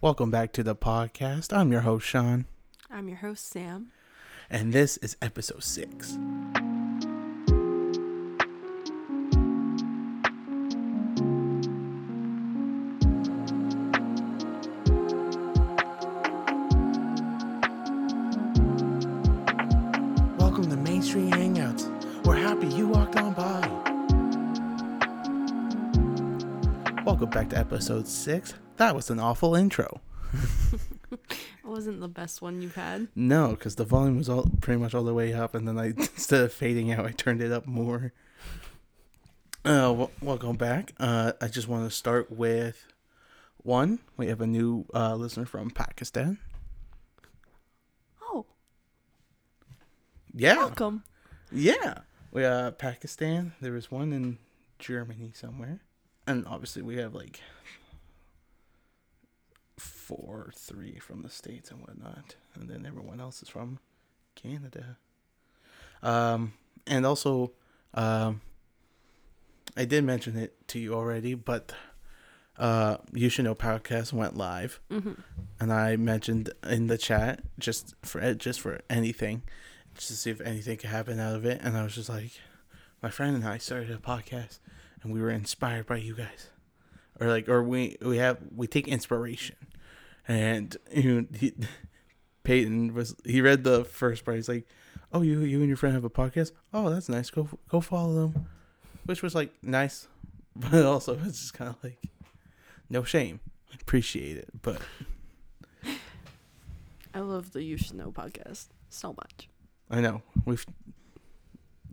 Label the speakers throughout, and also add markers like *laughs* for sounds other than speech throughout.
Speaker 1: Welcome back to the podcast. I'm your host, Sean,
Speaker 2: I'm your host, Sam.
Speaker 1: and this is episode six. Welcome to Main Street Hangouts. We're happy you walked on by. Welcome back to episode six. That was an awful intro.
Speaker 2: It wasn't the best one you've had.
Speaker 1: No, because the volume was all pretty much all the way up, and then I *laughs* instead of fading out, I turned it up more. Uh, w- welcome back. Uh, I just want to start with one. We have a new uh, listener from Pakistan.
Speaker 2: Oh,
Speaker 1: Yeah,
Speaker 2: welcome.
Speaker 1: yeah. We uh Pakistan. There was one in Germany somewhere, and obviously we have like four, three from the states and whatnot, and then everyone else is from Canada. Um, and also, um, I did mention it to you already, but uh, you should know podcast went live, and I mentioned in the chat just for just for anything, just to see if anything could happen out of it. And I was just like, my friend and I started a podcast, and we were inspired by you guys, or like, or we we have we take inspiration, and *laughs* you know, he, Peyton was he read the first part. He's like, oh, you you and your friend have a podcast. Oh, that's nice. Go go follow them, which was like nice, *laughs* but also it's just kind of like, no shame. I appreciate it, but
Speaker 2: I love the You Should Know podcast so much.
Speaker 1: I know we've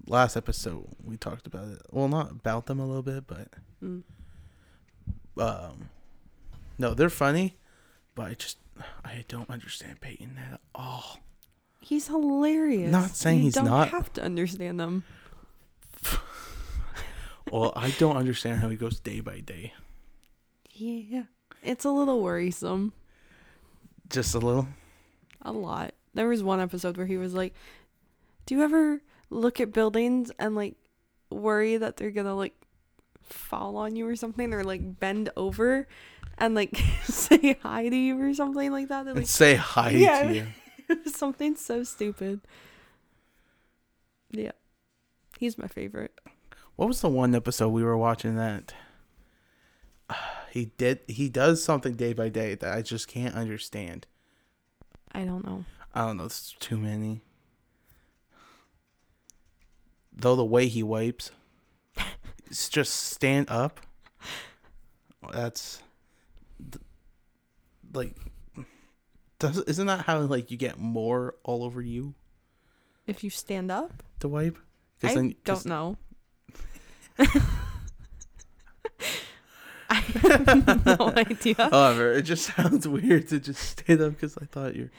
Speaker 1: last episode we talked about it. Well, not about them a little bit, but
Speaker 2: Mm.
Speaker 1: um, no, they're funny, but I just I don't understand Peyton at all.
Speaker 2: He's hilarious.
Speaker 1: Not saying
Speaker 2: You
Speaker 1: he's
Speaker 2: don't
Speaker 1: not.
Speaker 2: have to understand them.
Speaker 1: Well, I don't understand how he goes day by day.
Speaker 2: Yeah, it's a little worrisome.
Speaker 1: Just a little.
Speaker 2: A lot. There was one episode where he was like, "Do you ever look at buildings and like worry that they're gonna like fall on you or something, or like bend over and like *laughs* say hi to you or something like that?" They're
Speaker 1: And
Speaker 2: like,
Speaker 1: say hi
Speaker 2: Yeah.
Speaker 1: to you.
Speaker 2: *laughs* something so stupid. Yeah. He's my favorite.
Speaker 1: What was the one episode we were watching that uh, he did? He does something day by day that I just can't understand.
Speaker 2: I don't know.
Speaker 1: I don't know. It's too many. Though the way he wipes, it's just stand up. That's th- like, does isn't that how like you get more all over you
Speaker 2: If you stand up,
Speaker 1: to wipe?
Speaker 2: I
Speaker 1: then- *laughs*
Speaker 2: don't know. *laughs* I
Speaker 1: *laughs*
Speaker 2: have no idea.
Speaker 1: However, it just *laughs* sounds weird to just stand up because I thought you're.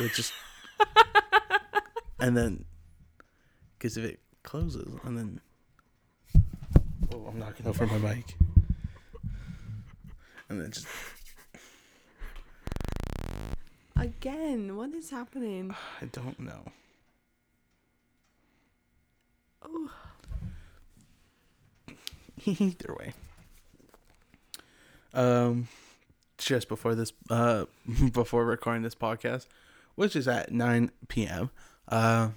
Speaker 1: It *laughs* just. and then. Because if it closes, and then. Oh, I'm knocking over my mic. And then just.
Speaker 2: Again, what is happening?
Speaker 1: I don't know.
Speaker 2: Oh,
Speaker 1: *laughs* Either way. Um, just before this, uh, *laughs* before recording this podcast, which is at 9 p.m., uh,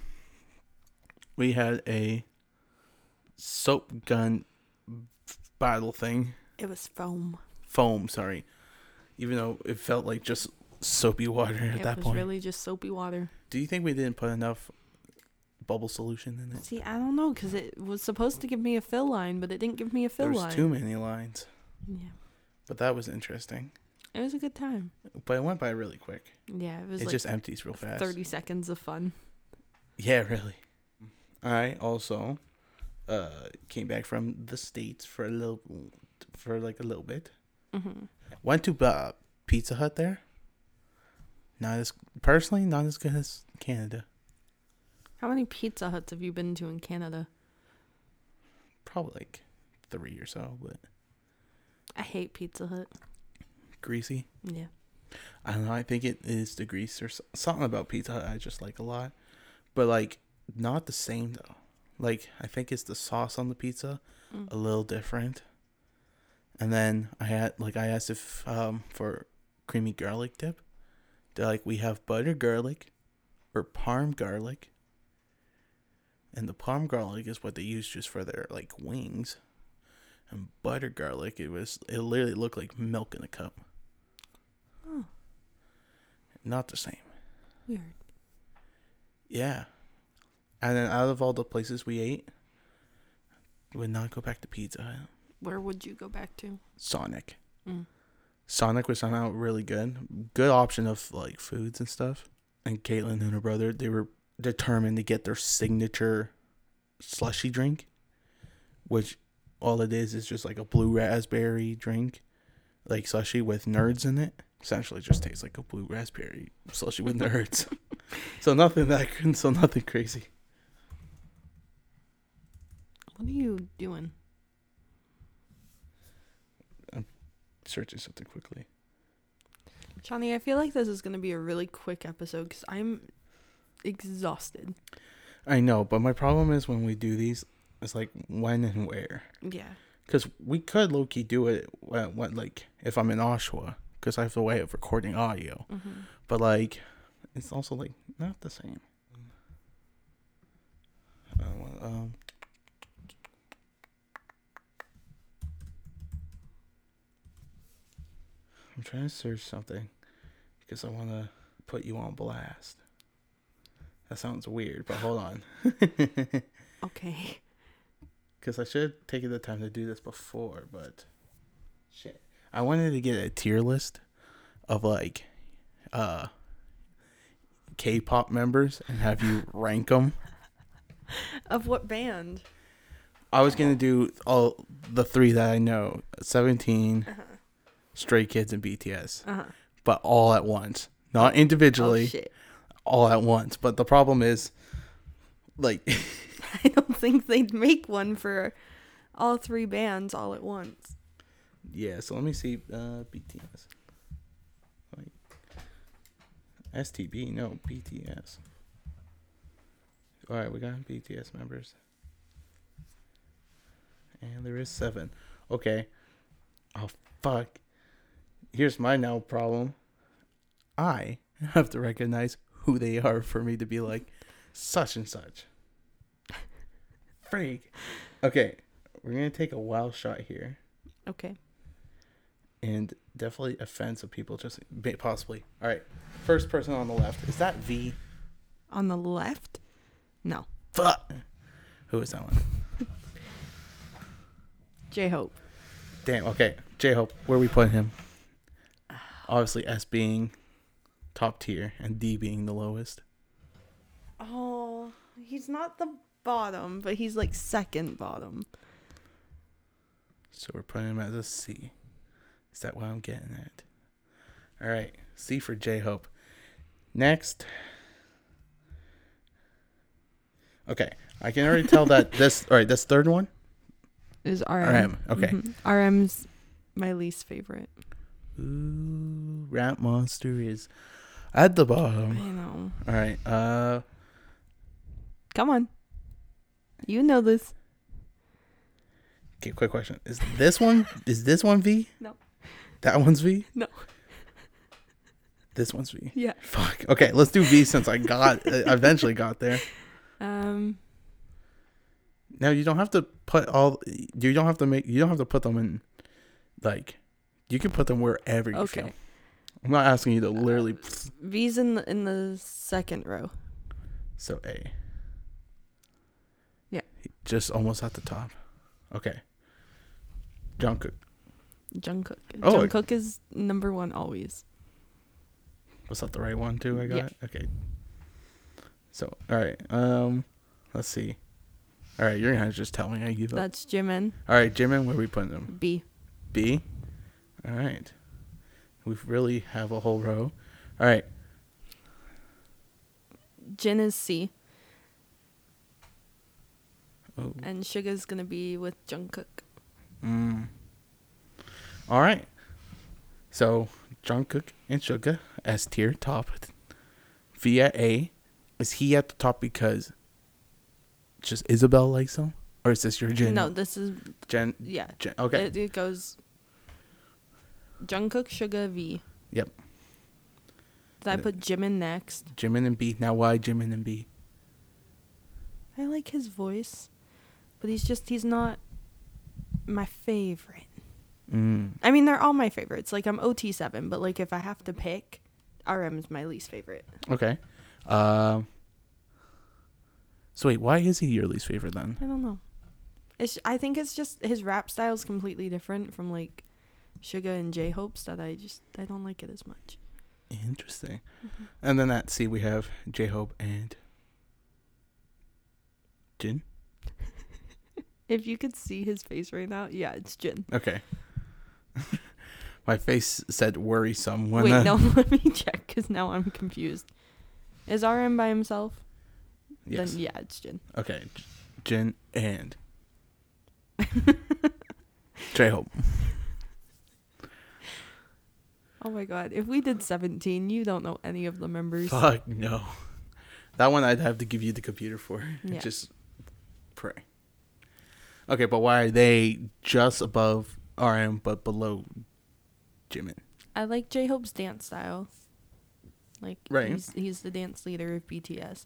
Speaker 1: we had a soap gun battle thing,
Speaker 2: it was foam.
Speaker 1: foam, sorry, even though it felt like just soapy water at
Speaker 2: it
Speaker 1: that
Speaker 2: was
Speaker 1: point.
Speaker 2: really just soapy water.
Speaker 1: Do you think we didn't put enough bubble solution in it?
Speaker 2: See, I don't know because it was supposed to give me a fill line, but it didn't give me a fill
Speaker 1: There was
Speaker 2: line.
Speaker 1: too many lines,
Speaker 2: yeah,
Speaker 1: but that was interesting.
Speaker 2: it was a good time.
Speaker 1: But it went by really quick.
Speaker 2: Yeah, it was
Speaker 1: It,
Speaker 2: like
Speaker 1: just empties real fast.
Speaker 2: thirty seconds of fun.
Speaker 1: Yeah, really. I also uh came back from the states for a little for like a little bit.
Speaker 2: hmm
Speaker 1: Went to uh, Pizza Hut there. Not as personally not as good as Canada.
Speaker 2: How many Pizza Huts have you been to in Canada?
Speaker 1: Probably like 3 or so, but
Speaker 2: I hate Pizza Hut.
Speaker 1: greasy.
Speaker 2: Yeah.
Speaker 1: I don't know, I think it is the grease or s- something about Pizza Hut I just like a lot. But like not the same though. Like I think it's the sauce on the pizza
Speaker 2: Mm.
Speaker 1: a little different. and then I had like I asked if um for creamy garlic dip. They're like we have butter garlic or parm garlic. And the parm garlic is what they use just for their like wings. And butter garlic it was it literally looked like milk in a cup.
Speaker 2: Oh.
Speaker 1: Not the same.
Speaker 2: Weird.
Speaker 1: Yeah. And then out of all the places we ate, would not go back to Pizza Hut.
Speaker 2: Where would you go back to?
Speaker 1: Sonic.
Speaker 2: Mm.
Speaker 1: Sonic was somehow really good. Good option of like foods and stuff. And Caitlin and her brother, they were determined to get their signature slushy drink, which all it is is just like a blue raspberry drink, like slushy with nerds in it. Essentially, just tastes like a blue raspberry slushy with nerds. *laughs* so nothing that so nothing crazy.
Speaker 2: What are you doing?
Speaker 1: Searching something quickly.
Speaker 2: Johnny, I feel like this is going to be a really quick episode because I'm exhausted.
Speaker 1: I know, but my problem is when we do these, it's like when and where.
Speaker 2: Yeah.
Speaker 1: Because we could low key do it when, when, like, if I'm in Oshawa, because I have the way of recording audio.
Speaker 2: Mm-hmm.
Speaker 1: But, like, it's also, like, not the same. Uh, well, um, I'm trying to search something because I want to put you on blast. That sounds weird, but hold on. *laughs*
Speaker 2: Okay. *laughs*
Speaker 1: Because I should have taken the time to do this before, but shit. I wanted to get a tier list of like uh K pop members and have
Speaker 2: *laughs*
Speaker 1: you rank them.
Speaker 2: Of what band?
Speaker 1: I was going to do all the three that I know 17,
Speaker 2: Uh-huh.
Speaker 1: Stray Kids, and BTS,
Speaker 2: Uh-huh.
Speaker 1: but all at once. Not
Speaker 2: Oh,
Speaker 1: individually,
Speaker 2: shit. *laughs*
Speaker 1: all at once. But the problem is, like, *laughs*
Speaker 2: I don't think they'd make one for all three bands all at once.
Speaker 1: Yeah, so let me see uh BTS. Like STB, no, BTS. Alright, we got BTS members. And there is seven. Okay. Oh fuck. Here's my now problem. I have to recognize who they are for me to be like such and such. Freak. Okay. We're gonna take a wild shot here
Speaker 2: Okay.
Speaker 1: and definitely offend some people. Just may- possibly. All right, first person on the left is that V.
Speaker 2: On the left? No.
Speaker 1: Fuck. Who is that one?
Speaker 2: J Hope.
Speaker 1: Damn. Okay, J Hope. Where we put him? Obviously, S being top tier and D being the lowest.
Speaker 2: Oh, he's not the bottom, but he's like second bottom.
Speaker 1: So we're putting him as a C. Is that what I'm getting at? All right, C for J Hope. Next. Okay, I can already tell that this. All right, this third one.
Speaker 2: Is RM.
Speaker 1: RM. Okay.
Speaker 2: Mhm. RM's my least favorite.
Speaker 1: Ooh, Rat Monster is at the bottom.
Speaker 2: I know.
Speaker 1: All right. Uh,
Speaker 2: Come on. You know this.
Speaker 1: okay. Quick question: Is this one? Is this one V?
Speaker 2: No.
Speaker 1: That one's V.
Speaker 2: No. *laughs*
Speaker 1: This one's V.
Speaker 2: Yeah.
Speaker 1: Fuck. Okay, let's do V since I
Speaker 2: *laughs*
Speaker 1: got I eventually got there.
Speaker 2: Um.
Speaker 1: Now you don't have to put all. You don't have to make. You don't have to put them in. Like, you can put them wherever you feel.
Speaker 2: Okay. Uh,
Speaker 1: I'm not asking you to literally.
Speaker 2: V's in the, in the second row.
Speaker 1: So A.
Speaker 2: Yeah.
Speaker 1: Just almost at the top. Okay. Jungkook.
Speaker 2: Jungkook.
Speaker 1: Oh, I-
Speaker 2: Jungkook is number one always.
Speaker 1: Was that the right one too? I got
Speaker 2: Yeah.
Speaker 1: okay. So all right, um, let's see. All right, you're gonna have to just tell me I give up.
Speaker 2: That's Jimin.
Speaker 1: All right, Jimin, where we putting him?
Speaker 2: B.
Speaker 1: B. All right, we really have a whole row. All right,
Speaker 2: Jin is C.
Speaker 1: oh,
Speaker 2: And Suga's gonna be with Jungkook.
Speaker 1: mm. all right. So Jungkook and Suga S tier top. Via A, is he at the top because just Isabel likes him, or is this your Jin?
Speaker 2: No, this is
Speaker 1: Jen.
Speaker 2: yeah.
Speaker 1: Jen. Okay.
Speaker 2: It, it goes Jungkook, Suga, V.
Speaker 1: Yep.
Speaker 2: Did I
Speaker 1: Yeah.
Speaker 2: put Jimin next?
Speaker 1: Jimin and B. Now why Jimin and B?
Speaker 2: I like his voice, but he's just he's not my favorite.
Speaker 1: Mm.
Speaker 2: I mean, they're all my favorites. Like I'm OT7, but like if I have to pick, RM is my least favorite.
Speaker 1: Okay. Um. So wait, why is he your least favorite then?
Speaker 2: I don't know. It's I think it's just his rap style is completely different from like Suga and J Hopes that I just I don't like it as much.
Speaker 1: Interesting. Mm-hmm. And then at C we have J Hope and Jin.
Speaker 2: If you could see his face right now, yeah, it's Jin.
Speaker 1: Okay. *laughs* My face said worrisome when
Speaker 2: Wait,
Speaker 1: uh,
Speaker 2: no, *laughs* let me check because now I'm confused. Is RM by himself?
Speaker 1: Yes.
Speaker 2: Then yeah, it's Jin.
Speaker 1: Okay. J- Jin
Speaker 2: *laughs*
Speaker 1: and J Hope.
Speaker 2: Oh my god, if we did 17, you don't know any of the members.
Speaker 1: Fuck no. That one I'd have to give you the computer for. *laughs*
Speaker 2: Yeah.
Speaker 1: Just pray. Okay, but why are they just above RM but below Jimin?
Speaker 2: I like J Hope's dance style. Like
Speaker 1: Right.
Speaker 2: he's he's the dance leader of BTS.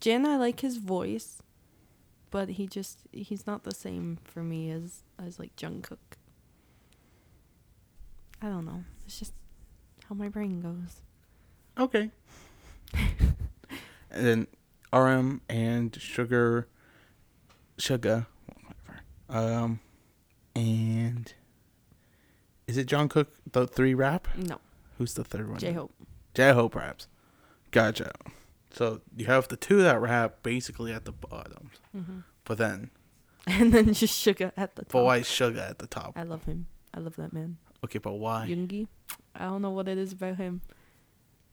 Speaker 2: Jin, I like his voice, but he just he's not the same for me as as like Jungkook. I don't know. It's just how my brain goes.
Speaker 1: *laughs* Okay. and then RM and Sugar, Sugar, whatever. Um, and is it John Cook the three rap?
Speaker 2: No,
Speaker 1: Who's the third one?
Speaker 2: J Hope.
Speaker 1: J Hope raps. Gotcha. So you have the two that rap basically at the bottom,
Speaker 2: hmm
Speaker 1: but then
Speaker 2: *laughs* And then just Sugar at the top.
Speaker 1: but why is Sugar at the top?
Speaker 2: I love him. I love that man.
Speaker 1: Okay, but why?
Speaker 2: Yoongi. I don't know what it is about him.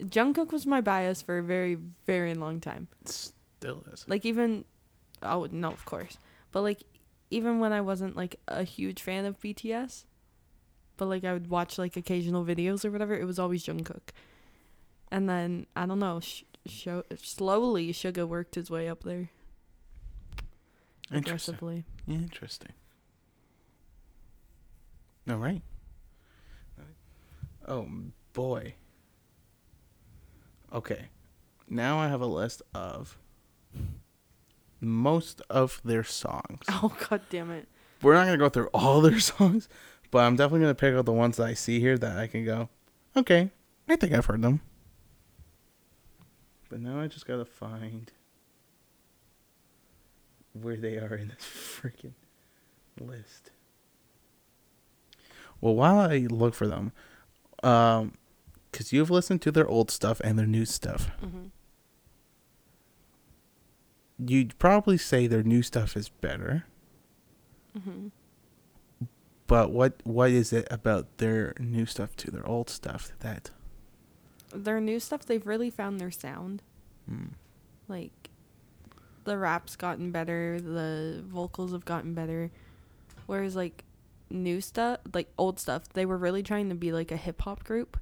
Speaker 2: Jungkook was my bias for a very, very long time.
Speaker 1: It still is.
Speaker 2: Like even, oh no, of course, but like even when I wasn't like a huge fan of BTS, but like I would watch like occasional videos or whatever, it was always Jungkook. And then I don't know, sh- show slowly Suga worked his way up there
Speaker 1: Interesting.
Speaker 2: aggressively.
Speaker 1: Interesting. All right. Oh boy. Okay. Now I have a list of most of their songs.
Speaker 2: *laughs* Oh god damn it!
Speaker 1: We're not gonna go through all their *laughs* songs, but I'm definitely gonna pick out the ones that I see here that I can go, okay, I think I've heard them. But now I just gotta find where they are in this *laughs* freaking list. Well, while I look for them, um, because you've listened to their old stuff and their new stuff,
Speaker 2: Mhm.
Speaker 1: you'd probably say their new stuff is better.
Speaker 2: Mhm.
Speaker 1: But what what is it about their new stuff to their old stuff that?
Speaker 2: Their new stuff, they've really found their sound.
Speaker 1: Mm,
Speaker 2: like the rap's gotten better, the vocals have gotten better. Whereas like new stuff, like old stuff, they were really trying to be like a hip hop group.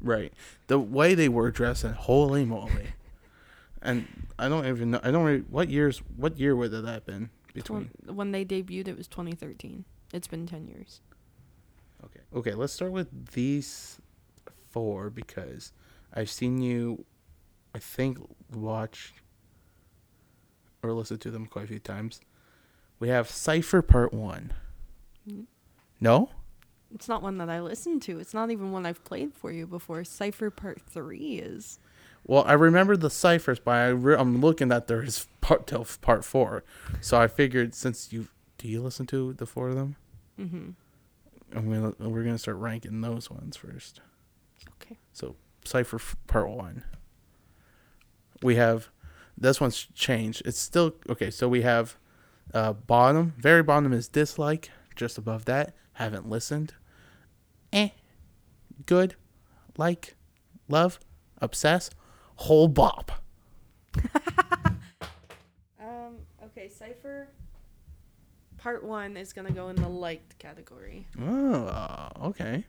Speaker 1: right, the way they were dressed and holy *laughs* moly, and I don't even know. I don't really, what years. What year would that have been between?
Speaker 2: Twen- when they debuted, it was 2013. It's been 10 years.
Speaker 1: Okay, okay. Let's start with these four because I've seen you. I think watch or listen to them quite a few times. We have Cipher Part One.
Speaker 2: Mm.
Speaker 1: No.
Speaker 2: It's not one that I listened to. It's not even one I've played for you before. Cipher Part 3 is.
Speaker 1: Well, I remember the ciphers, but I re- I'm looking that there is part till f- part four, so I figured since you do you listen to the four of them,
Speaker 2: Mm-hmm.
Speaker 1: I'm gonna we're gonna start ranking those ones first.
Speaker 2: Okay.
Speaker 1: So cipher f- part one. We have this one's changed. It's still okay. So we have uh, bottom, very bottom is dislike. Just above that, haven't listened. Eh, good, like, love, obsess, whole bop.
Speaker 2: Um, okay, Cipher Part 1 is going to go in the liked category.
Speaker 1: Oh, okay.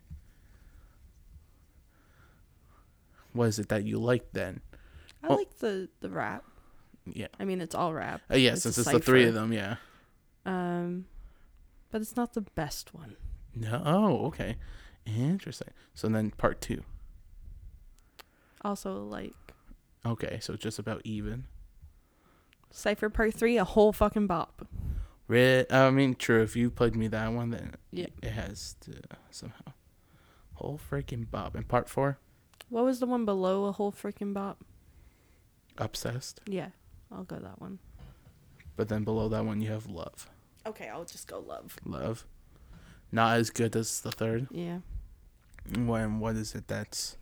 Speaker 1: What is it that you like then?
Speaker 2: I
Speaker 1: Oh.
Speaker 2: like the, the rap.
Speaker 1: Yeah.
Speaker 2: I mean, it's all rap.
Speaker 1: Uh, yeah,
Speaker 2: It's a
Speaker 1: since it's the three
Speaker 2: cipher.
Speaker 1: of them, yeah.
Speaker 2: Um, but it's not the best one.
Speaker 1: No. Oh, okay. Interesting. So then part two.
Speaker 2: Also, like
Speaker 1: Okay, so just about even.
Speaker 2: Cipher Part Three, a whole fucking bop.
Speaker 1: Re- I mean, true. If you played me that one, then
Speaker 2: Yeah.
Speaker 1: it has to somehow. Whole freaking bob. And part four,
Speaker 2: What was the one below a whole freaking bop?
Speaker 1: obsessed.
Speaker 2: Yeah, I'll go that one.
Speaker 1: But then below that one, you have love.
Speaker 2: Okay, I'll just go love.
Speaker 1: Love. Not as good as the third.
Speaker 2: Yeah.
Speaker 1: When what is it that's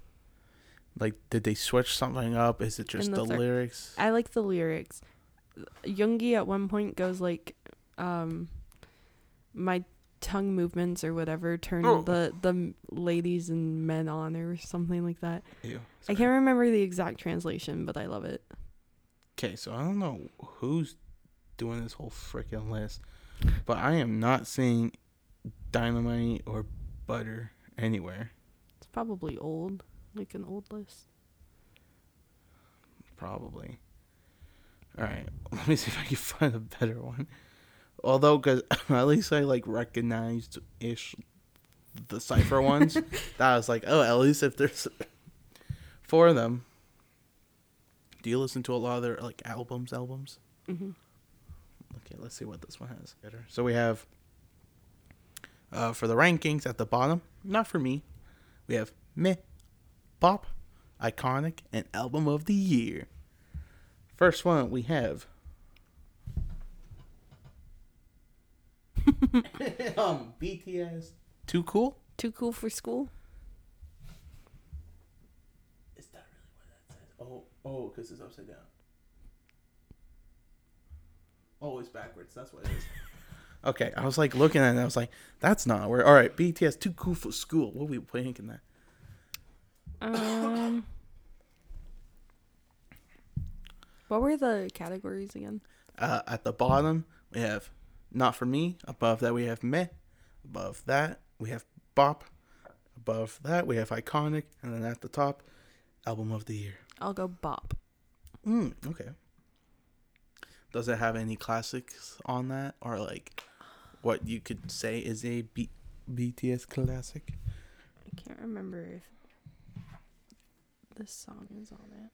Speaker 1: like? Did they switch something up? Is it just
Speaker 2: In
Speaker 1: the,
Speaker 2: the third-
Speaker 1: lyrics?
Speaker 2: I like the lyrics. Youngie at one point goes like, um, my tongue movements or whatever turn
Speaker 1: Oh.
Speaker 2: the the m- ladies and men on or something like that.
Speaker 1: Ew,
Speaker 2: I can't remember the exact translation, but I love it.
Speaker 1: Okay, so I don't know who's doing this whole freaking list, but I am not seeing dynamite or butter anywhere.
Speaker 2: It's probably old, like an old list.
Speaker 1: Probably. All right, *laughs* let me see if I can find a better one. Although, because *laughs* at least I like recognized ish the cipher ones. That was like, oh, at least if there's *laughs* four of them. Do you listen to a lot of their like albums? Albums.
Speaker 2: Mhm.
Speaker 1: Okay, let's see what this one has. Better. So we have uh, for the rankings at the bottom, not for me. We have meh, pop, iconic, and album of the year. First one we have. *laughs* um, BTS. Too cool.
Speaker 2: Too cool for school.
Speaker 1: Is that really what that says? Oh, oh, because it's upside down. Oh, it's backwards. That's what it is. *laughs* okay, I was like looking at it. and I was like, that's not where. All right, BTS too cool for school. What we playing in that?
Speaker 2: *laughs* Um, what were the categories again?
Speaker 1: Uh, at the bottom we have not for me. Above that we have meh. Above that we have bop. Above that we have iconic, and then at the top, album of the year.
Speaker 2: I'll go bop.
Speaker 1: Mm, okay. Does it have any classics on that, or like what you could say is a B- BTS classic?
Speaker 2: I can't remember if this song is on it.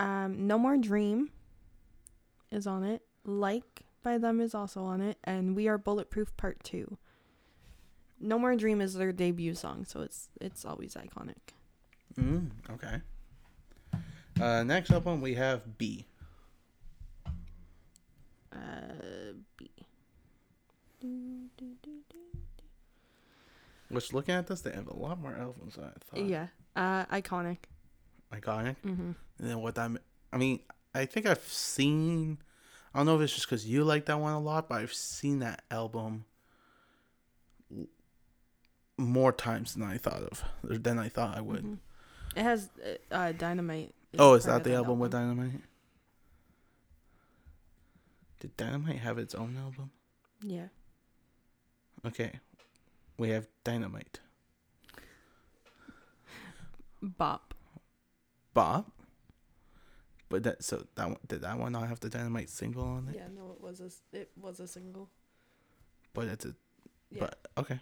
Speaker 2: Um, No More Dream is on it. Like by them is also on it, and We Are Bulletproof Part Two. No More Dream is their debut song, so it's it's always iconic.
Speaker 1: Mm, okay. Uh, next up on we have B.
Speaker 2: Uh, B.
Speaker 1: Which looking at this, they have a lot more albums than I thought.
Speaker 2: Yeah, uh, iconic.
Speaker 1: Iconic.
Speaker 2: Mm-hmm.
Speaker 1: And then what that? m- I mean, I think I've seen. I don't know if it's just because you like that one a lot, but I've seen that album w- more times than I thought of, than I thought I would.
Speaker 2: Mhm. It has uh, uh, Dynamite.
Speaker 1: Oh, is
Speaker 2: part
Speaker 1: that
Speaker 2: of
Speaker 1: the album, with Dynamite? Did Dynamite have its own album?
Speaker 2: Yeah.
Speaker 1: Okay. We have Dynamite.
Speaker 2: Bop.
Speaker 1: Bob? But that so that one did that one not have the Dynamite single on it?
Speaker 2: Yeah, no, it was a it was a single.
Speaker 1: But it's a
Speaker 2: Yeah.
Speaker 1: but okay.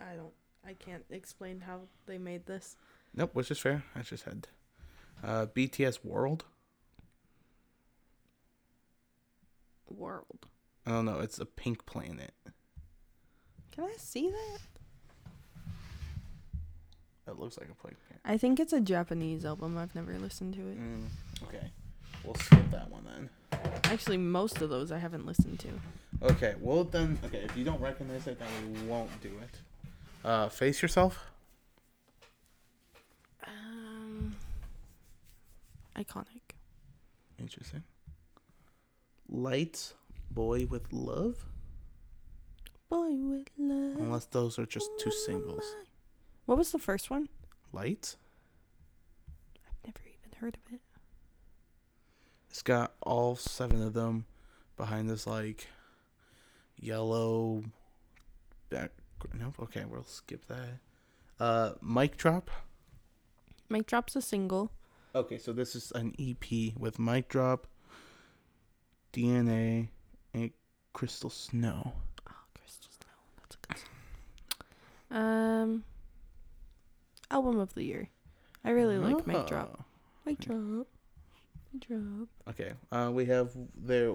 Speaker 2: I don't I can't explain how they made this.
Speaker 1: Nope, which is fair. I just had uh BTS World.
Speaker 2: World.
Speaker 1: I don't know, it's a pink planet.
Speaker 2: Can I see that?
Speaker 1: It looks like a pink planet.
Speaker 2: I think it's a Japanese album. I've never listened to it.
Speaker 1: Mm, okay. We'll skip that one then. Mm.
Speaker 2: Actually, most of those I haven't listened to.
Speaker 1: Okay, well then. Okay, if you don't recognize it, then we won't do it. Uh, face yourself.
Speaker 2: Um Iconic.
Speaker 1: Interesting. Lights, boy with love.
Speaker 2: Boy with love.
Speaker 1: Unless those are just two
Speaker 2: on my
Speaker 1: singles.
Speaker 2: mind. What was the first one?
Speaker 1: Lights.
Speaker 2: I've never even heard of it.
Speaker 1: It's got all seven of them behind this like yellow. Back. Nope. Okay, we'll skip that. Uh, mic drop.
Speaker 2: Mike drops a single.
Speaker 1: Okay, so this is an EP with mic drop, DNA, and Crystal Snow.
Speaker 2: Oh, Chris just no. Um, album of the year. I really like Mic Drop.
Speaker 1: Oh.
Speaker 2: Mic Drop. Mic Drop.
Speaker 1: Okay. Uh, we have their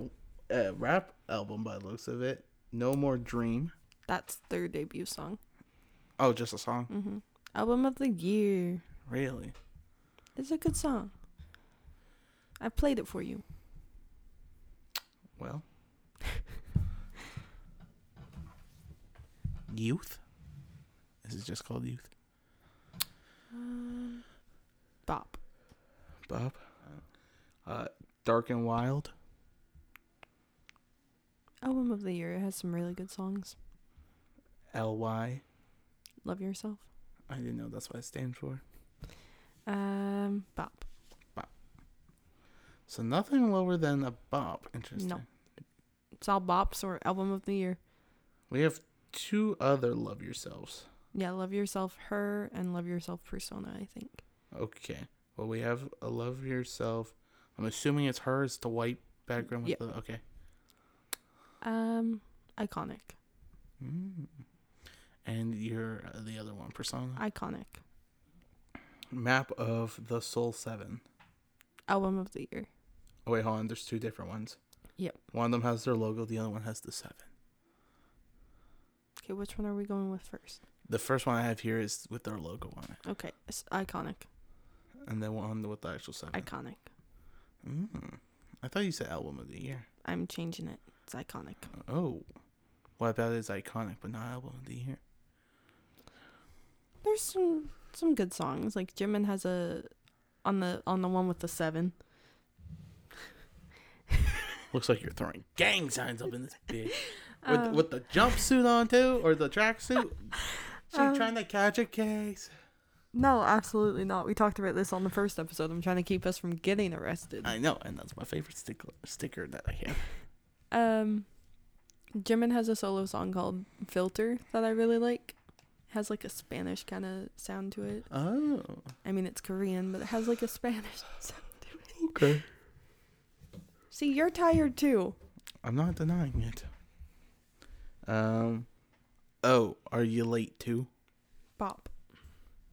Speaker 1: uh, rap album by the looks of it. No More Dream.
Speaker 2: That's their debut song.
Speaker 1: Oh, just a song.
Speaker 2: Mm-hmm. Album of the year.
Speaker 1: Really?
Speaker 2: It's a good song. I played it for you.
Speaker 1: Well. youth? This is just called Youth.
Speaker 2: Um, bop.
Speaker 1: Bob. Uh, Dark and Wild.
Speaker 2: Album of the year. It has some really good songs.
Speaker 1: LY.
Speaker 2: Love yourself.
Speaker 1: I didn't know that's what it stands for.
Speaker 2: Um, bop.
Speaker 1: So nothing lower than a bop. Interesting.
Speaker 2: It's all bops or album of the year.
Speaker 1: We have two other Love Yourselves.
Speaker 2: Yeah, love yourself, her, and love yourself, persona. I think.
Speaker 1: Okay. Well, we have a Love Yourself. I'm assuming it's her. It's the white background with
Speaker 2: Yep.
Speaker 1: the. Okay.
Speaker 2: Um, iconic.
Speaker 1: Mm. And you're uh, the other one, Persona.
Speaker 2: Iconic.
Speaker 1: Map of the Soul 7.
Speaker 2: Album of the year.
Speaker 1: Oh, wait, hold on. There's two different ones.
Speaker 2: Yep.
Speaker 1: One of them has their logo, the other one has the 7.
Speaker 2: Okay, which one are we going with first?
Speaker 1: The first one I have here is with their logo on it,
Speaker 2: Okay, it's iconic.
Speaker 1: and then one with the actual 7.
Speaker 2: Iconic.
Speaker 1: Mm. I thought you said album of the year.
Speaker 2: I'm changing it. It's iconic.
Speaker 1: Oh. Well, I bet it's iconic, but not album of the year.
Speaker 2: There's some some good songs. Like Jimin has a on the on the one with the seven.
Speaker 1: Looks like you're throwing gang signs up in this bitch. With,
Speaker 2: Um, Uh,
Speaker 1: with the jumpsuit on, too, or the tracksuit. She trying to catch a case.
Speaker 2: No, absolutely not. We talked about this on the first episode. I'm trying to keep us from getting arrested.
Speaker 1: I know, and that's my favorite sticker, sticker that I have.
Speaker 2: Um, Jimin has a solo song called "Filter" that I really like. It has like a Spanish kind of sound to it.
Speaker 1: Oh.
Speaker 2: I mean, it's Korean, but it has like a Spanish *laughs* sound to it.
Speaker 1: Okay.
Speaker 2: See, you're tired too.
Speaker 1: I'm not denying it. Um. Oh, are you late too?
Speaker 2: Bop,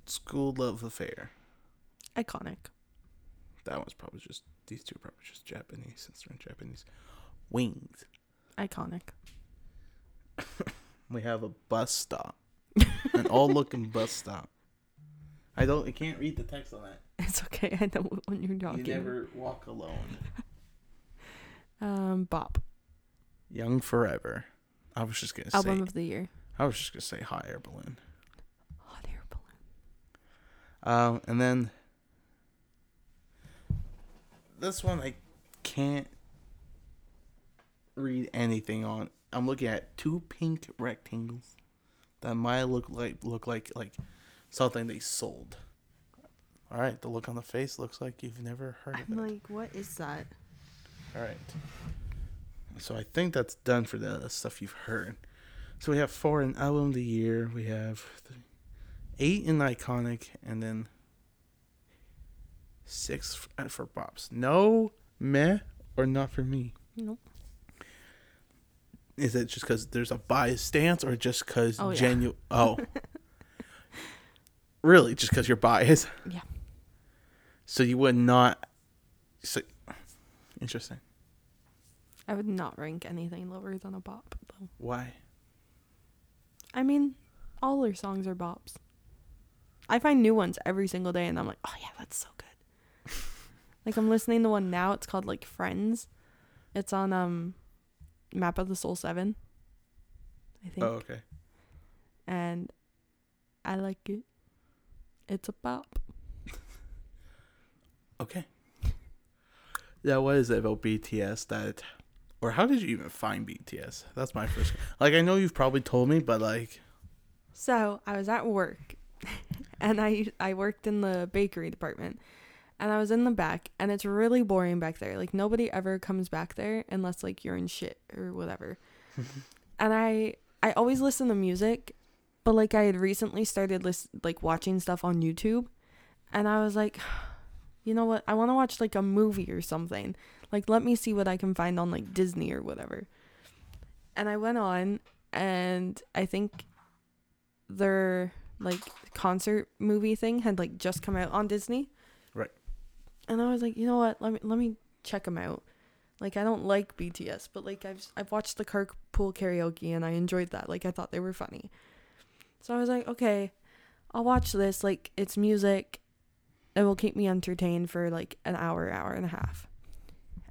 Speaker 1: School love affair.
Speaker 2: iconic.
Speaker 1: That one's probably just these two are probably just Japanese since they're in Japanese. Wings.
Speaker 2: Iconic. *laughs*
Speaker 1: We have a bus stop, *laughs* an old looking bus stop. I don't. I can't read the text on that.
Speaker 2: It's okay. I know what one you're talking.
Speaker 1: You never walk alone.
Speaker 2: Um, bop.
Speaker 1: Young forever. I was just gonna
Speaker 2: Album
Speaker 1: say.
Speaker 2: of the year.
Speaker 1: I was just gonna say hot air balloon.
Speaker 2: Hot air balloon.
Speaker 1: Um, and then this one I can't read anything on. I'm looking at two pink rectangles that might look like look like like something they sold. All right, the look on the face looks like you've never heard of it.
Speaker 2: I'm like, what is that?
Speaker 1: All right. So I think that's done for the stuff you've heard. So we have four in album of the year. We have th- eight in iconic, and then six f- uh, for bops. No, meh, or not for me.
Speaker 2: Nope.
Speaker 1: Is it just because there's a biased stance, or just because
Speaker 2: Oh, yeah.
Speaker 1: genuine?
Speaker 2: *laughs*
Speaker 1: Oh, really? Just because you're biased?
Speaker 2: Yeah.
Speaker 1: So you would not. So interesting.
Speaker 2: I would not rank anything lower than a bop, though.
Speaker 1: Why?
Speaker 2: I mean, all their songs are bops. I find new ones every single day, and I'm like, oh yeah, that's so good. like I'm listening to one now. It's called like Friends. It's on um, Map of the Soul Seven. I think,
Speaker 1: Oh, okay.
Speaker 2: and I like it. It's a bop.
Speaker 1: Okay. Yeah, what is it about BTS that, or how did you even find BTS? That's my first. Like, I know you've probably told me, but like,
Speaker 2: So I was at work, *laughs* and I I worked in the bakery department, and I was in the back, and it's really boring back there. Like nobody ever comes back there unless like you're in shit or whatever. and I I always listen to music, but like I had recently started list like watching stuff on YouTube, and I was like, *sighs* you know what? I want to watch like a movie or something. Like let me see what I can find on like Disney or whatever. And I went on, and I think their like concert movie thing had like just come out on Disney.
Speaker 1: Right.
Speaker 2: And I was like, you know what? Let me let me check them out. Like I don't like BTS, but like I've I've watched the Carpool Karaoke and I enjoyed that. Like I thought they were funny. So I was like, okay, I'll watch this. Like it's music. It will keep me entertained for like an hour, hour and a half.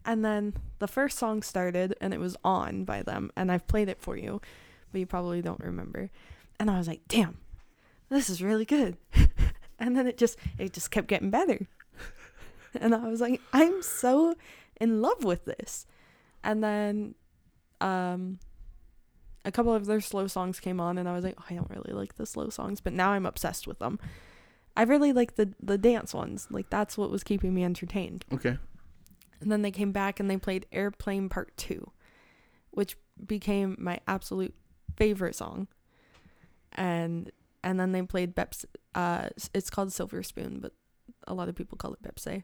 Speaker 2: And then the first song started and it was on by them and I've played it for you, but you probably don't remember. And I was like, damn, this is really good. *laughs* and then it just it just kept getting better. *laughs* and I was like, I'm so in love with this. And then um a couple of their slow songs came on and I was like, oh, I don't really like the slow songs, but now I'm obsessed with them. I really like the the dance ones. Like that's what was keeping me entertained.
Speaker 1: Okay.
Speaker 2: And then they came back and they played Airplane Part 2, which became my absolute favorite song. And and then they played Beps uh s- it's called Silver Spoon, but a lot of people call it Bepse.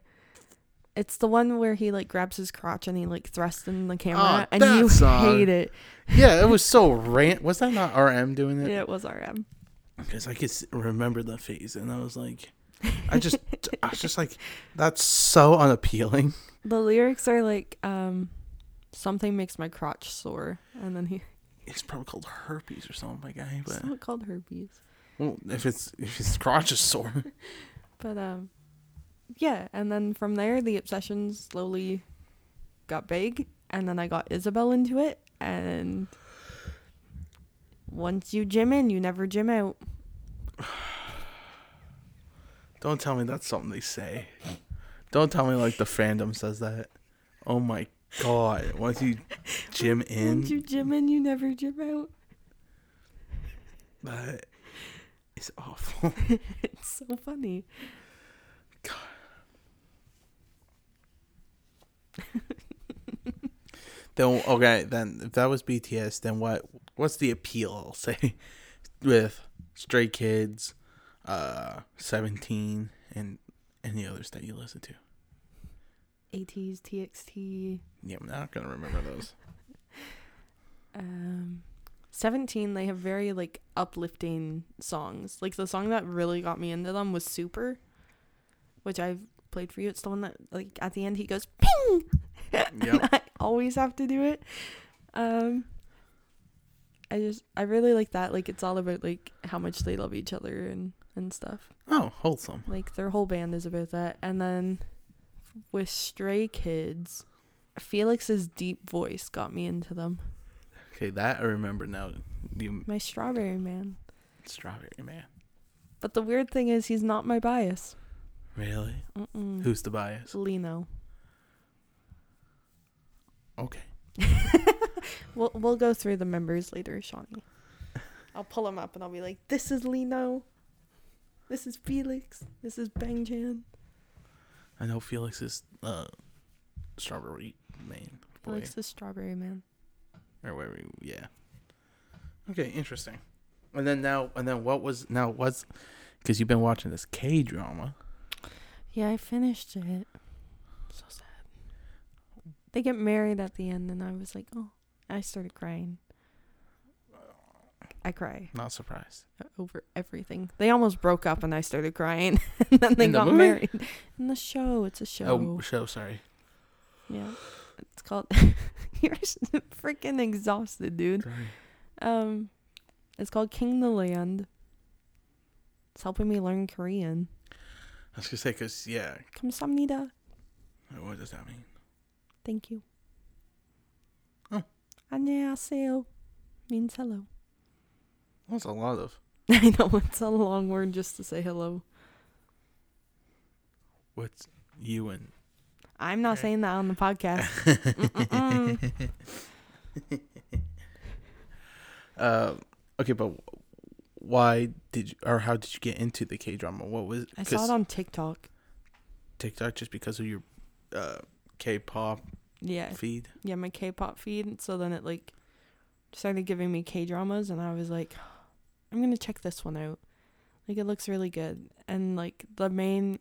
Speaker 2: It's the one where he like grabs his crotch and he like thrusts in the camera and
Speaker 1: that
Speaker 2: you *laughs*
Speaker 1: song.
Speaker 2: hate it.
Speaker 1: Yeah, it was so rant. Was that not RM doing it?
Speaker 2: Yeah, it was RM.
Speaker 1: Because I could s- remember the face, and I was like, I just, I was just like, that's so unappealing.
Speaker 2: The lyrics are like um something makes my crotch sore and then he *laughs*
Speaker 1: It's probably called herpes or something, my guy.
Speaker 2: it's
Speaker 1: But
Speaker 2: not called herpes.
Speaker 1: well, if it's if his crotch is sore,
Speaker 2: But um yeah, and then from there the obsession slowly got big and then I got Isabel into it and once you gym in, you never gym out.
Speaker 1: don't tell me that's something they say. Don't tell me like the fandom says that. Oh my god! Once you gym in,
Speaker 2: Once you gym in, you never gym out. *laughs*
Speaker 1: that is awful.
Speaker 2: It's so funny.
Speaker 1: Then okay, then if that was BTS, then what? What's the appeal? I'll say with Stray Kids, uh, Seventeen, and any others that you listen to.
Speaker 2: ATs, TXT,
Speaker 1: Yeah, I'm not gonna remember those.
Speaker 2: um 17 they have very like uplifting songs like the song that really got me into them was super which i've played for you it's the one that like at the end he goes ping And
Speaker 1: Yep.
Speaker 2: i always have to do it um i just i really like that like it's all about like how much they love each other and and stuff
Speaker 1: Oh, wholesome.
Speaker 2: like their whole band is about that. And then with Stray Kids, Felix's deep voice got me into them.
Speaker 1: Okay, that I remember now. You
Speaker 2: My strawberry man.
Speaker 1: strawberry man.
Speaker 2: But the weird thing is he's not my bias.
Speaker 1: Really?
Speaker 2: Mm-mm.
Speaker 1: Who's the bias?
Speaker 2: It's Lino.
Speaker 1: Okay.
Speaker 2: We'll we'll go through the members later, Shawnee. I'll pull him up and I'll be like, "This is Lino. This is Felix. This is Bangjan.
Speaker 1: I know Felix is uh, strawberry man. Boy,
Speaker 2: Felix is Strawberry Man."
Speaker 1: or whatever. you- Yeah. Okay, interesting. And then now, and then what was now was because you've been watching this K drama.
Speaker 2: Yeah, I finished it. So sad. They get married at the end, and I was like, oh, I started crying. I cry
Speaker 1: Not surprised.
Speaker 2: over everything. They almost broke up, and I started crying. *laughs* and then they
Speaker 1: In the
Speaker 2: got
Speaker 1: movie?
Speaker 2: married. In the show, it's a show.
Speaker 1: Oh, show. Sorry,
Speaker 2: Yeah, it's called. *laughs* You're freaking exhausted, dude.
Speaker 1: sorry.
Speaker 2: Um, it's called King the Land. It's helping me learn Korean.
Speaker 1: I was gonna say because yeah.
Speaker 2: 감사합니다.
Speaker 1: What does that mean?
Speaker 2: Thank you.
Speaker 1: Oh.
Speaker 2: 안녕하세요. Means hello.
Speaker 1: That's a lot of.
Speaker 2: *laughs* I know it's a long word just to say hello.
Speaker 1: What's you and *laughs*
Speaker 2: I'm not
Speaker 1: Okay.
Speaker 2: saying that on the podcast. Mm-mm-mm.
Speaker 1: *laughs* uh, okay, but why did you, or how did you get into the K drama? What was
Speaker 2: *laughs* I saw
Speaker 1: 'cause
Speaker 2: it on TikTok.
Speaker 1: TikTok just because of your uh, K-pop
Speaker 2: Yeah,
Speaker 1: feed?
Speaker 2: yeah, my K-pop feed. So then it like started giving me K-dramas, and I was like, I'm gonna check this one out. Like it looks really good, and like the main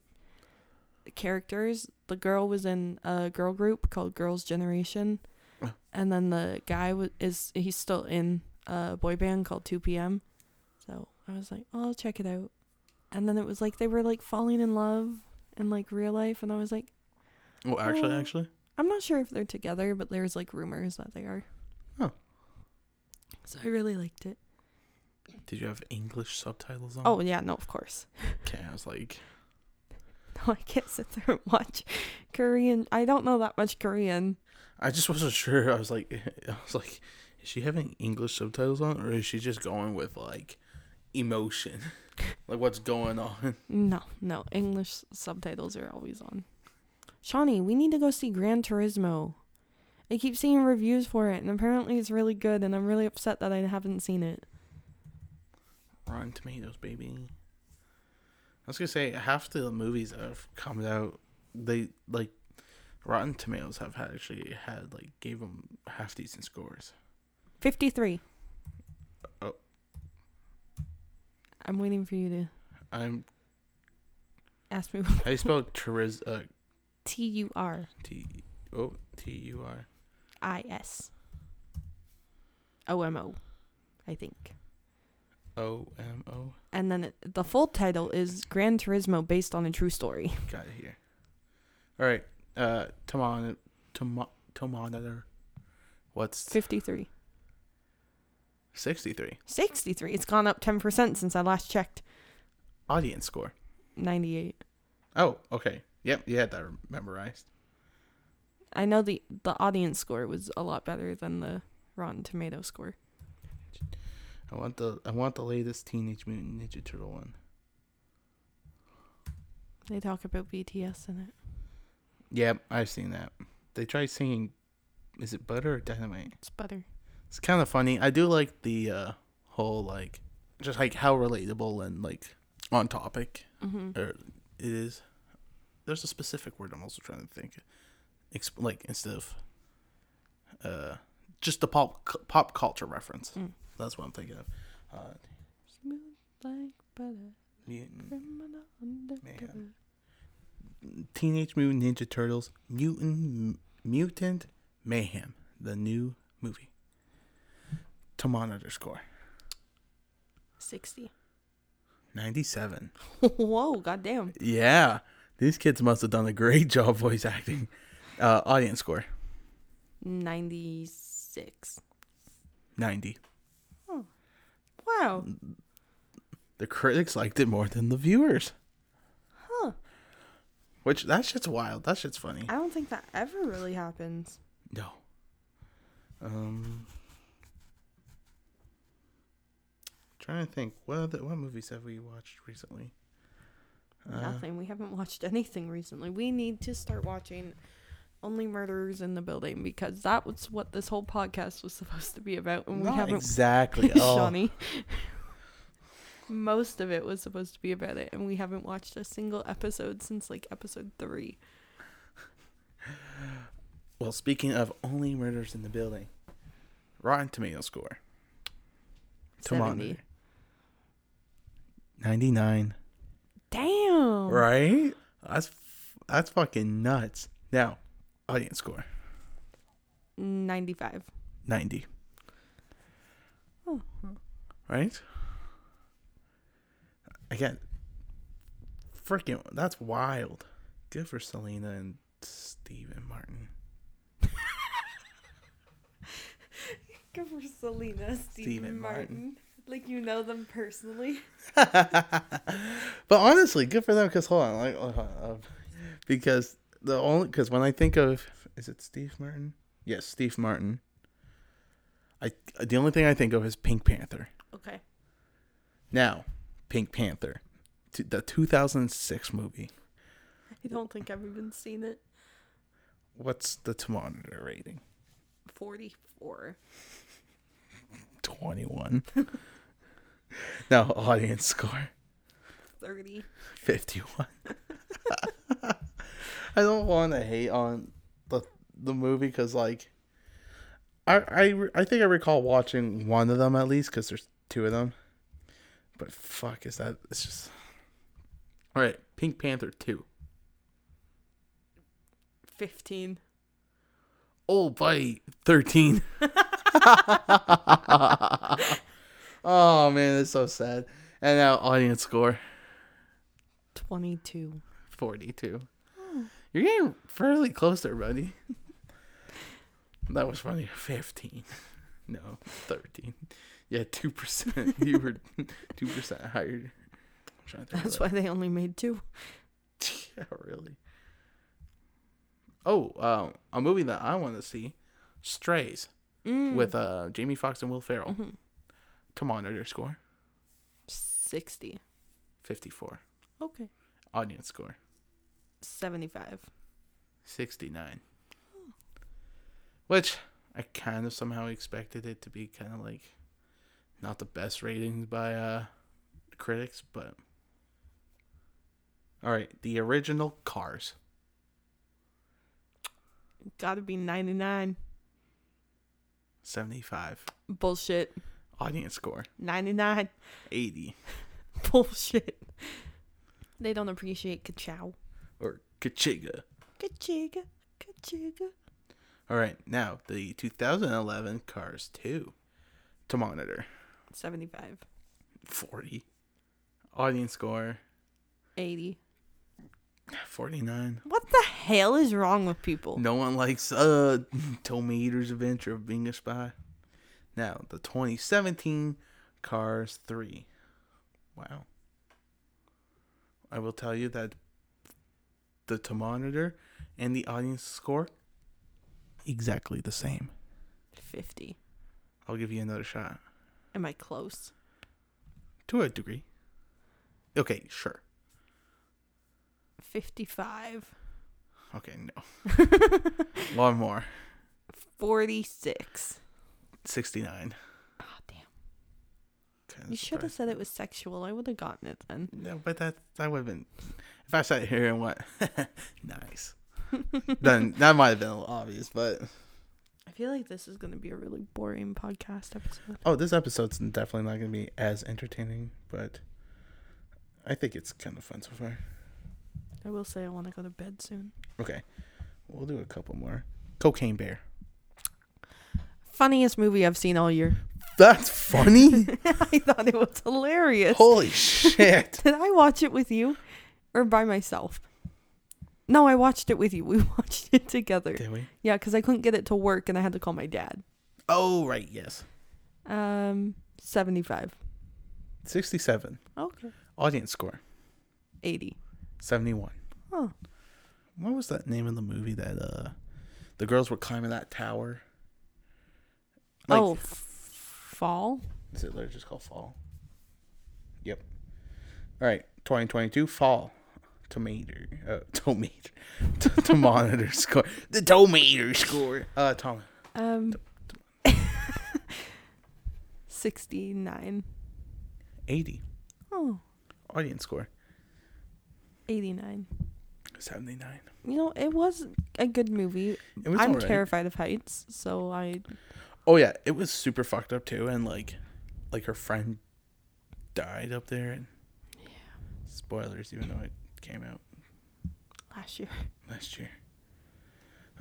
Speaker 2: characters, the girl was in a girl group called Girls Generation,
Speaker 1: Oh.
Speaker 2: and then the guy was is he's still in a boy band called Two PM. So I was like, oh, I'll check it out. And then it was like they were like falling in love in like real life. And I was like,
Speaker 1: Oh, actually,
Speaker 2: Oh.
Speaker 1: actually,
Speaker 2: I'm not sure if they're together, but there's like rumors that they are.
Speaker 1: Huh.
Speaker 2: So I really liked it.
Speaker 1: did you have English subtitles on?
Speaker 2: Oh, yeah, no, of course. *laughs*
Speaker 1: okay. I was like,
Speaker 2: No, I can't sit there and watch Korean. I don't know that much Korean.
Speaker 1: I just wasn't sure. I was like, *laughs* I was like, is she having English subtitles on, or is she just going with like emotion, *laughs* like what's going on? *laughs*
Speaker 2: No, no, English s- subtitles are always on. Shawnee, we need to go see Gran Turismo. I keep seeing reviews for it, and apparently it's really good, and I'm really upset that I haven't seen it.
Speaker 1: Rotten Tomatoes, baby. I was gonna say half the movies that have come out, they like Rotten Tomatoes have had, actually had like gave them half decent scores.
Speaker 2: 53.
Speaker 1: Oh.
Speaker 2: I'm waiting for you to
Speaker 1: I'm
Speaker 2: ask me. *laughs*
Speaker 1: I spelled Turiz uh,
Speaker 2: T U R
Speaker 1: T O T U R.
Speaker 2: I S O M O, I think.
Speaker 1: O M O.
Speaker 2: And then it, the full title is Gran Turismo based on a true story.
Speaker 1: Got it here. All right. Uh, tomon, tomo tomometer. What's
Speaker 2: 53.
Speaker 1: sixty-three
Speaker 2: 63. It's gone up 10% since I last checked.
Speaker 1: audience score?
Speaker 2: 98.
Speaker 1: Oh, okay. Yep, you had that memorized.
Speaker 2: I know the the audience score was a lot better than the Rotten Tomato score.
Speaker 1: I want the I want the latest Teenage Mutant Ninja Turtle one.
Speaker 2: They talk about BTS in it.
Speaker 1: Yep, I've seen that. They tried singing. Is it butter or dynamite?
Speaker 2: It's better.
Speaker 1: It's kind of funny. I do like the uh, whole like, just like how relatable and like on topic
Speaker 2: hmm
Speaker 1: or it is. There's a specific word I'm also trying to think. Exp- like instead of, uh, just the pop cu- pop culture reference.
Speaker 2: Mm.
Speaker 1: That's what I'm thinking of. Uh,
Speaker 2: Smooth like butter,
Speaker 1: mutant,
Speaker 2: criminal undercover.
Speaker 1: Teenage Mutant Ninja Turtles, mutant mutant mayhem, the new movie. To monitor score
Speaker 2: 60.
Speaker 1: ninety seven.
Speaker 2: *laughs* Whoa, goddamn.
Speaker 1: Yeah, these kids must have done a great *laughs* job voice acting. Uh, audience score
Speaker 2: 96.
Speaker 1: ninety.
Speaker 2: Wow.
Speaker 1: The critics liked it more than the viewers.
Speaker 2: Huh.
Speaker 1: Which that shit's wild. That shit's funny.
Speaker 2: I don't think that ever really happens.
Speaker 1: No. Um. Trying to think, what other, what movies have we watched recently? Uh,
Speaker 2: Nothing. We haven't watched anything recently. We need to start watching Only Murderers in the Building because that was what this whole podcast was *laughs* supposed to be about, and we
Speaker 1: not
Speaker 2: haven't *laughs*
Speaker 1: exactly. Oh,
Speaker 2: Shawnee. Most of it was supposed to be about it, and we haven't watched a single episode since like episode three.
Speaker 1: Well, speaking of only murders in the building, Rotten Tomato score.
Speaker 2: 70.
Speaker 1: Ninety nine.
Speaker 2: Damn.
Speaker 1: Right? That's f- that's fucking nuts. Now, audience score
Speaker 2: 95.
Speaker 1: ninety.
Speaker 2: Oh.
Speaker 1: Right? Again, freaking, that's wild. Good for Selena and Steven Martin.
Speaker 2: Good for Selena,
Speaker 1: Stephen Martin.
Speaker 2: Like you know them personally.
Speaker 1: But honestly, good for them. Because hold on, like, hold on, um, because the only because when I think of is it Steve Martin? Yes, Steve Martin. I the only thing I think of is Pink Panther.
Speaker 2: Okay.
Speaker 1: Now, Pink Panther, t- the 2006 movie.
Speaker 2: I don't think I've even seen it.
Speaker 1: What's the thermometer rating?
Speaker 2: 44.
Speaker 1: 21. *laughs* now, audience score
Speaker 2: 30.
Speaker 1: 51. *laughs* I don't want to hate on the the movie because like I, I re- I think I recall watching one of them at least because there's two of them. But fuck, is that it's just all right? Pink Panther two.
Speaker 2: *laughs* 15.
Speaker 1: Oh, buddy, thirteen. *laughs* oh man, it's so sad. And now audience score
Speaker 2: 22.
Speaker 1: 42. You're getting fairly close there, buddy. *laughs* that was funny. 15. *laughs* No, 13. Yeah, 2%. *laughs* you were 2% higher. I'm trying to think of
Speaker 2: That's
Speaker 1: that.
Speaker 2: why they only made two.
Speaker 1: yeah, really. Oh, um, a movie that I want to see Strays
Speaker 2: Hmm. Mm.
Speaker 1: with uh, Jamie Foxx and Will Ferrell.
Speaker 2: Mhm.
Speaker 1: Come on, editor score
Speaker 2: 60.
Speaker 1: 54.
Speaker 2: Okay.
Speaker 1: Audience score
Speaker 2: 75.
Speaker 1: 69. Which I kind of somehow expected it to be kind of like not the best ratings by uh critics, but All right, the original Cars.
Speaker 2: Gotta be 99.
Speaker 1: 75.
Speaker 2: Bullshit.
Speaker 1: Audience score
Speaker 2: 99.
Speaker 1: 80
Speaker 2: *laughs* Bullshit. They don't appreciate Kachow.
Speaker 1: or Kachiga.
Speaker 2: Kachiga. Kachiga.
Speaker 1: All right, now the 2011 Cars 2 to monitor
Speaker 2: 75.
Speaker 1: 40 audience score
Speaker 2: 80.
Speaker 1: 49
Speaker 2: What the hell is wrong with people?
Speaker 1: No one likes uh *laughs* Tommy Eater's adventure of being a spy. Now the 2017 Cars 3. Wow. I will tell you that the thermometer and the audience score exactly the same.
Speaker 2: 50.
Speaker 1: I'll give you another shot
Speaker 2: Am I close?
Speaker 1: to a degree. Okay, sure. *laughs*
Speaker 2: 55.
Speaker 1: Okay, no. One more.
Speaker 2: 46.
Speaker 1: 69.
Speaker 2: Oh, damn.
Speaker 1: Kinda
Speaker 2: You should have
Speaker 1: surprised.
Speaker 2: said it was sexual. I would have gotten it then.
Speaker 1: No, but that that would have been if I sat here and went *laughs* nice. then that might have been a little obvious, but
Speaker 2: I feel like this is going to be a really boring podcast episode.
Speaker 1: oh, this episode's definitely not going to be as entertaining, but I think it's kind of fun so far.
Speaker 2: I will say I want to go to bed soon.
Speaker 1: Okay, we'll do a couple more. Cocaine Bear.
Speaker 2: Funniest movie I've seen all year.
Speaker 1: That's *laughs* funny.
Speaker 2: *laughs* I thought it was hilarious.
Speaker 1: Holy shit!
Speaker 2: Did I watch it with you or by myself? No, I watched it with you. We *laughs* watched it together.
Speaker 1: Did we?
Speaker 2: Yeah, because I couldn't get it to work and I had to call my dad.
Speaker 1: Oh right, yes.
Speaker 2: Um, 75.
Speaker 1: Sixty-seven
Speaker 2: Okay.
Speaker 1: audience score
Speaker 2: 80.
Speaker 1: seventy-one.
Speaker 2: Oh,
Speaker 1: What was that name of the movie that uh the girls were climbing that tower? Like-
Speaker 2: oh f- fall?
Speaker 1: Is it literally just called Fall? Yep. All right, 2022 Fall. Tomater, uh, *laughs* tomater, T- tomater score. The tomater score. Uh, Tom.
Speaker 2: Um, *laughs* 69.
Speaker 1: 80
Speaker 2: Oh,
Speaker 1: audience score.
Speaker 2: 89.
Speaker 1: 79.
Speaker 2: You know, it was a good movie.
Speaker 1: It was
Speaker 2: I'm
Speaker 1: alright.
Speaker 2: terrified of heights, so I
Speaker 1: Oh yeah, it was super fucked up too, and like, like her friend died up there. And Spoilers, even though it came out
Speaker 2: last year. *laughs*
Speaker 1: last year.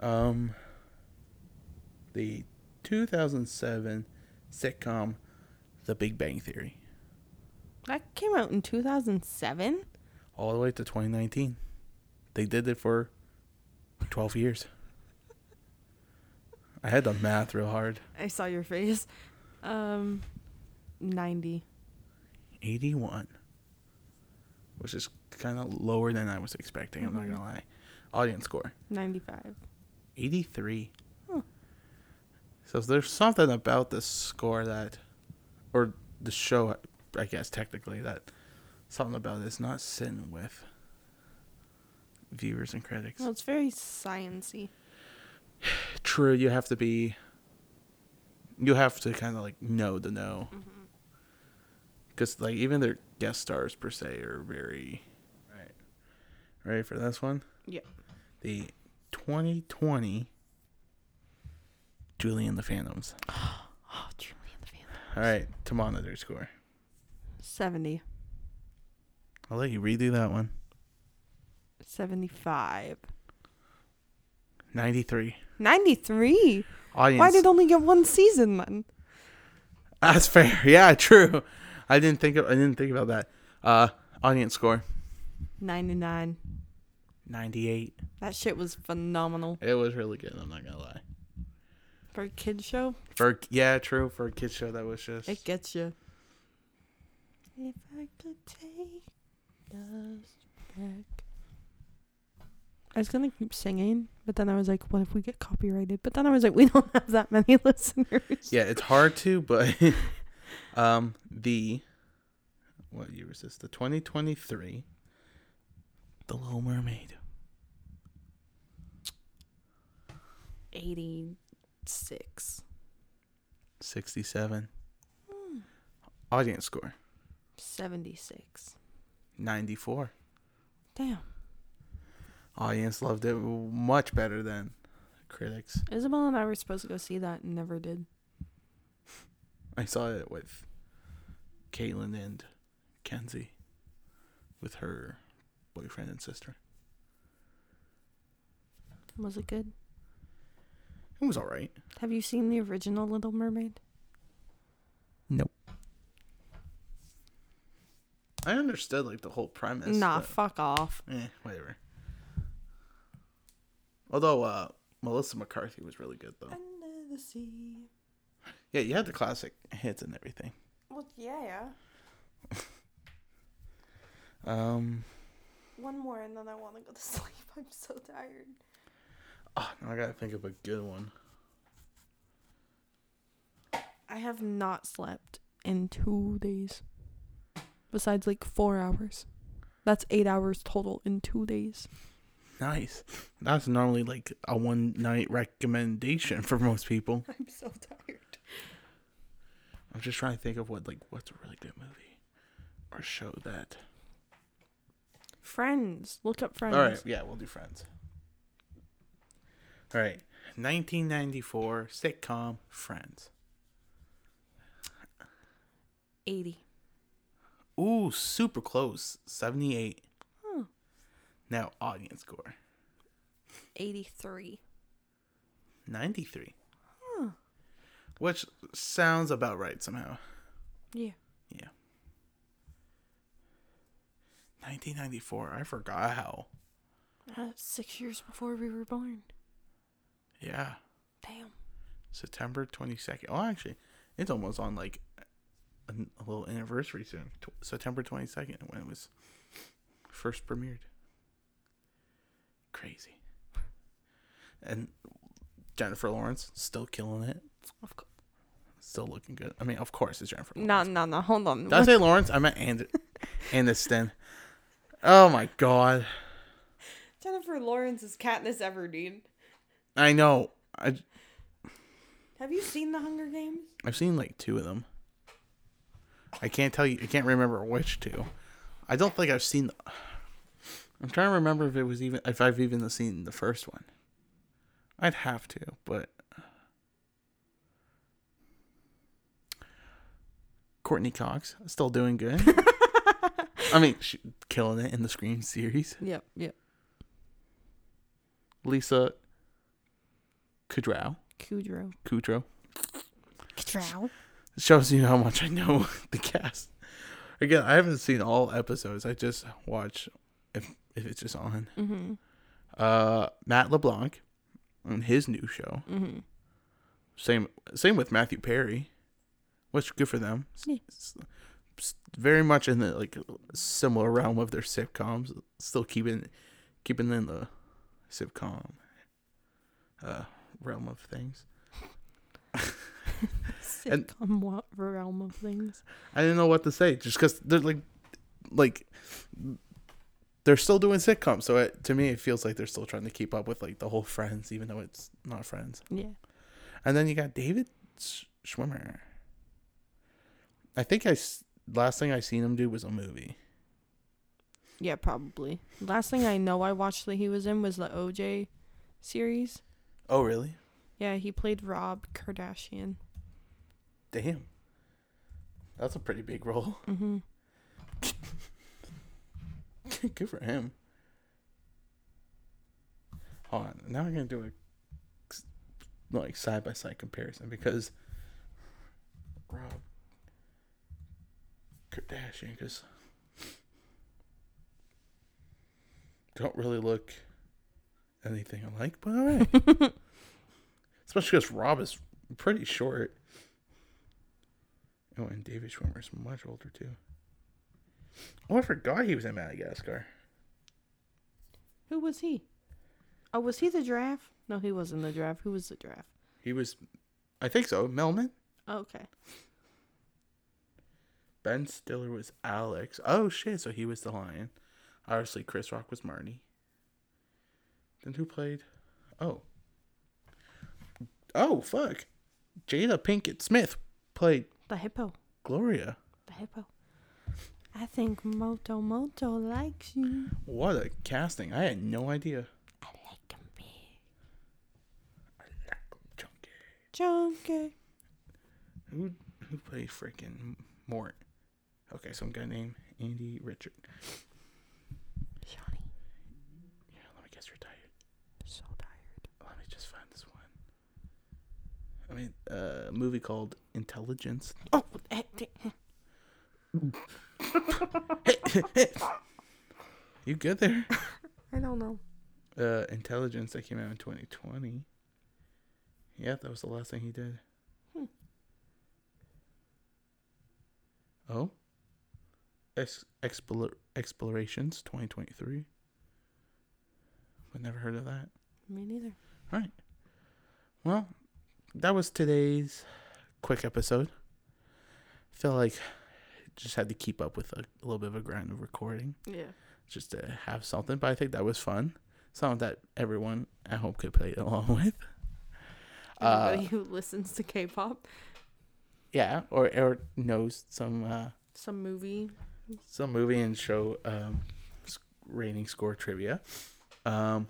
Speaker 1: Um, the 2007 sitcom The Big Bang Theory,
Speaker 2: That came out in 2007.
Speaker 1: all the way to 2019. They did it for 12 years. I had the math real hard.
Speaker 2: I saw your face. Um, 90.
Speaker 1: 81, which is kind of lower than I was expecting. I'm not
Speaker 2: Mhm.
Speaker 1: gonna lie. Audience score
Speaker 2: 95.
Speaker 1: 83.
Speaker 2: Huh.
Speaker 1: So there's something about this score that, or the show, I guess technically that something about it's not sitting with viewers and critics.
Speaker 2: Well, it's very sciency.
Speaker 1: True, you have to be. You have to kind of like know to know. Because like even their guest stars per se are very. Right. Ready for this one?
Speaker 2: Yeah.
Speaker 1: The 2020 Julian the Phantoms.
Speaker 2: Oh, Julie and the Phantom.
Speaker 1: All right, to monitor score.
Speaker 2: 70.
Speaker 1: I'll let you redo that one.
Speaker 2: 75.
Speaker 1: 93.
Speaker 2: 93?
Speaker 1: Audience.
Speaker 2: Why did only get one season then?
Speaker 1: That's fair. *laughs* Yeah, true. I didn't think of, I didn't think about that. Uh, audience score
Speaker 2: 99.
Speaker 1: ninety eight.
Speaker 2: That shit was phenomenal.
Speaker 1: It was really good. I'm not gonna lie.
Speaker 2: For a kid's show,
Speaker 1: For yeah, true. For a kids show, that was just
Speaker 2: it gets you. If I could take us back. I was gonna keep singing, but then I was like, what if we get copyrighted? But then I was like, we don't *laughs* have that many listeners.
Speaker 1: yeah. It's hard to,
Speaker 2: *laughs*
Speaker 1: but *laughs* um, the what year was this? The 2023, The Little Mermaid.
Speaker 2: 86.
Speaker 1: 67.
Speaker 2: Hmm.
Speaker 1: Audience score
Speaker 2: 76.
Speaker 1: 94.
Speaker 2: Damn.
Speaker 1: Audience loved it much better than critics.
Speaker 2: Isabel and I were supposed to go see that and never did.
Speaker 1: I saw it with Caitlin and Kenzie with her boyfriend and sister.
Speaker 2: Was it good?
Speaker 1: It was all right.
Speaker 2: Have you seen the original Little Mermaid?
Speaker 1: Nope. I understood like the whole premise.
Speaker 2: nah,
Speaker 1: but-
Speaker 2: fuck off.
Speaker 1: eh, whatever. Although uh, Melissa McCarthy was really good though.
Speaker 2: Under the sea.
Speaker 1: Yeah, you had the classic hits and everything.
Speaker 2: Well, yeah.
Speaker 1: Um,
Speaker 2: One more and then I want to go to *laughs* sleep. I'm so tired.
Speaker 1: oh, now I gotta think of a good one.
Speaker 2: I have not slept in two days. Besides, like, four hours. That's eight hours total in two days.
Speaker 1: Nice. That's normally like a one night recommendation for most people.
Speaker 2: *laughs* I'm so tired.
Speaker 1: I'm just trying to think of what like what's a really good movie or show that.
Speaker 2: Friends. Look up Friends.
Speaker 1: All right, yeah, we'll do Friends. All right, 1994 sitcom Friends.
Speaker 2: 80.
Speaker 1: Ooh, super close, 78.
Speaker 2: Huh.
Speaker 1: Now audience score
Speaker 2: 83.
Speaker 1: 93,
Speaker 2: Huh.
Speaker 1: which sounds about right somehow.
Speaker 2: Yeah.
Speaker 1: Yeah. 1994. I forgot how.
Speaker 2: Uh, six years before we were born.
Speaker 1: Yeah.
Speaker 2: Damn.
Speaker 1: September 22nd. Oh, actually, it's almost on like a, a little anniversary soon. Tw September 22nd when it was first premiered. Crazy. And Jennifer Lawrence still killing it.
Speaker 2: Of course.
Speaker 1: Still looking good. I mean, of course, it's Jennifer.
Speaker 2: No, no, no. Hold on.
Speaker 1: Did I say Lawrence? I meant And- Aniston. Oh my god.
Speaker 2: Jennifer Lawrence is Katniss Everdeen.
Speaker 1: I know. I
Speaker 2: Have you seen The Hunger Games?
Speaker 1: I've seen like two of them. I can't tell you. I can't remember which two. I don't think I've seen. The, I'm trying to remember if it was even if I've even seen the first one. I'd have to, but Courtney Cox still doing good. I mean, she, killing it in the Scream series.
Speaker 2: Yep, yep.
Speaker 1: Lisa Kudrow,
Speaker 2: Kudrow.
Speaker 1: Kudrow.
Speaker 2: Kudrow?
Speaker 1: shows you how much I know *laughs* the cast. Again, I haven't seen all episodes. I just watch if if it's just on.
Speaker 2: Mm-hmm.
Speaker 1: Uh, Matt LeBlanc on his new show.
Speaker 2: Mm-hmm.
Speaker 1: Same same with Matthew Perry, which good for them. S-
Speaker 2: Yeah.
Speaker 1: s- s- Very much in the like similar realm of their sitcoms. Still keeping keeping in the sitcom uh, realm of things. And-
Speaker 2: Sitcom wa- realm of things.
Speaker 1: I didn't know what to say just because they're like, like, they're still doing sitcoms. So it, to me, it feels like they're still trying to keep up with like the whole Friends, even though it's not Friends.
Speaker 2: Yeah.
Speaker 1: And then you got David Sch- Schwimmer. I think I s- last thing I seen him do was a movie.
Speaker 2: Yeah, probably. Last thing I know I watched that he was in was the OJ series.
Speaker 1: Oh really?
Speaker 2: Yeah, he played Rob Kardashian.
Speaker 1: Damn. That's a pretty big role.
Speaker 2: Mm-hmm.
Speaker 1: *laughs* Good for him. Hold on. Now I'm gonna do a s- like side by side comparison because Rob Kardashian because don't really look anything alike, but all right. Especially because Rob is pretty short. Oh, and David Schwimmer's much older too. Oh, I forgot he was in Madagascar.
Speaker 2: Who was he? Oh, was he the giraffe? No, he wasn't the giraffe. Who was the giraffe? Oh,
Speaker 1: He was, I think so, Melman.
Speaker 2: Okay.
Speaker 1: Ben Stiller was Alex. Oh shit! So he was the lion. Obviously, Chris Rock was Marty. Then who played? Oh. Oh fuck! Jada Pinkett Smith played
Speaker 2: The hippo.
Speaker 1: Gloria.
Speaker 2: The hippo. I think Moto Moto likes you.
Speaker 1: What a casting! I had no idea.
Speaker 2: I like him big.
Speaker 1: I like 'em chunky.
Speaker 2: Chunky.
Speaker 1: Who who played freaking Mort? Okay, some guy named Andy Richard.
Speaker 2: Shawnee.
Speaker 1: Yeah, let me guess you're tired.
Speaker 2: So tired.
Speaker 1: Let me just find this one. I mean, uh, a movie called Intelligence.
Speaker 2: Oh, eh, d- eh.
Speaker 1: You good there?
Speaker 2: I don't know.
Speaker 1: Uh, Intelligence that came out in 2020. Yeah, that was the last thing he did.
Speaker 2: Hmm.
Speaker 1: Oh. Ex- Explor- Explorations 2023. I've never heard of that.
Speaker 2: Me neither.
Speaker 1: All right. Well, that was today's quick episode. feel like just had to keep up with a, a little bit of a grind of recording
Speaker 2: Yeah.
Speaker 1: just to have something. But I think that was fun. Something that everyone at home could play *laughs* along with. Uh,
Speaker 2: Everybody *laughs* who listens to K-pop,
Speaker 1: Yeah, or or knows some uh,
Speaker 2: some movie.
Speaker 1: some movie and show um, s- rating score trivia. Um,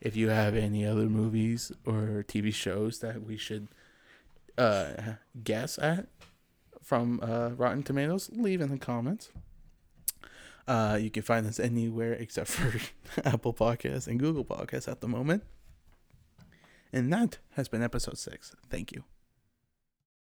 Speaker 1: if you have any other movies or TV shows that we should uh, guess at from uh, Rotten Tomatoes, leave in the comments. Uh, you can find us anywhere except for *laughs* Apple Podcasts and Google Podcasts at the moment. And that has been episode six. Thank you.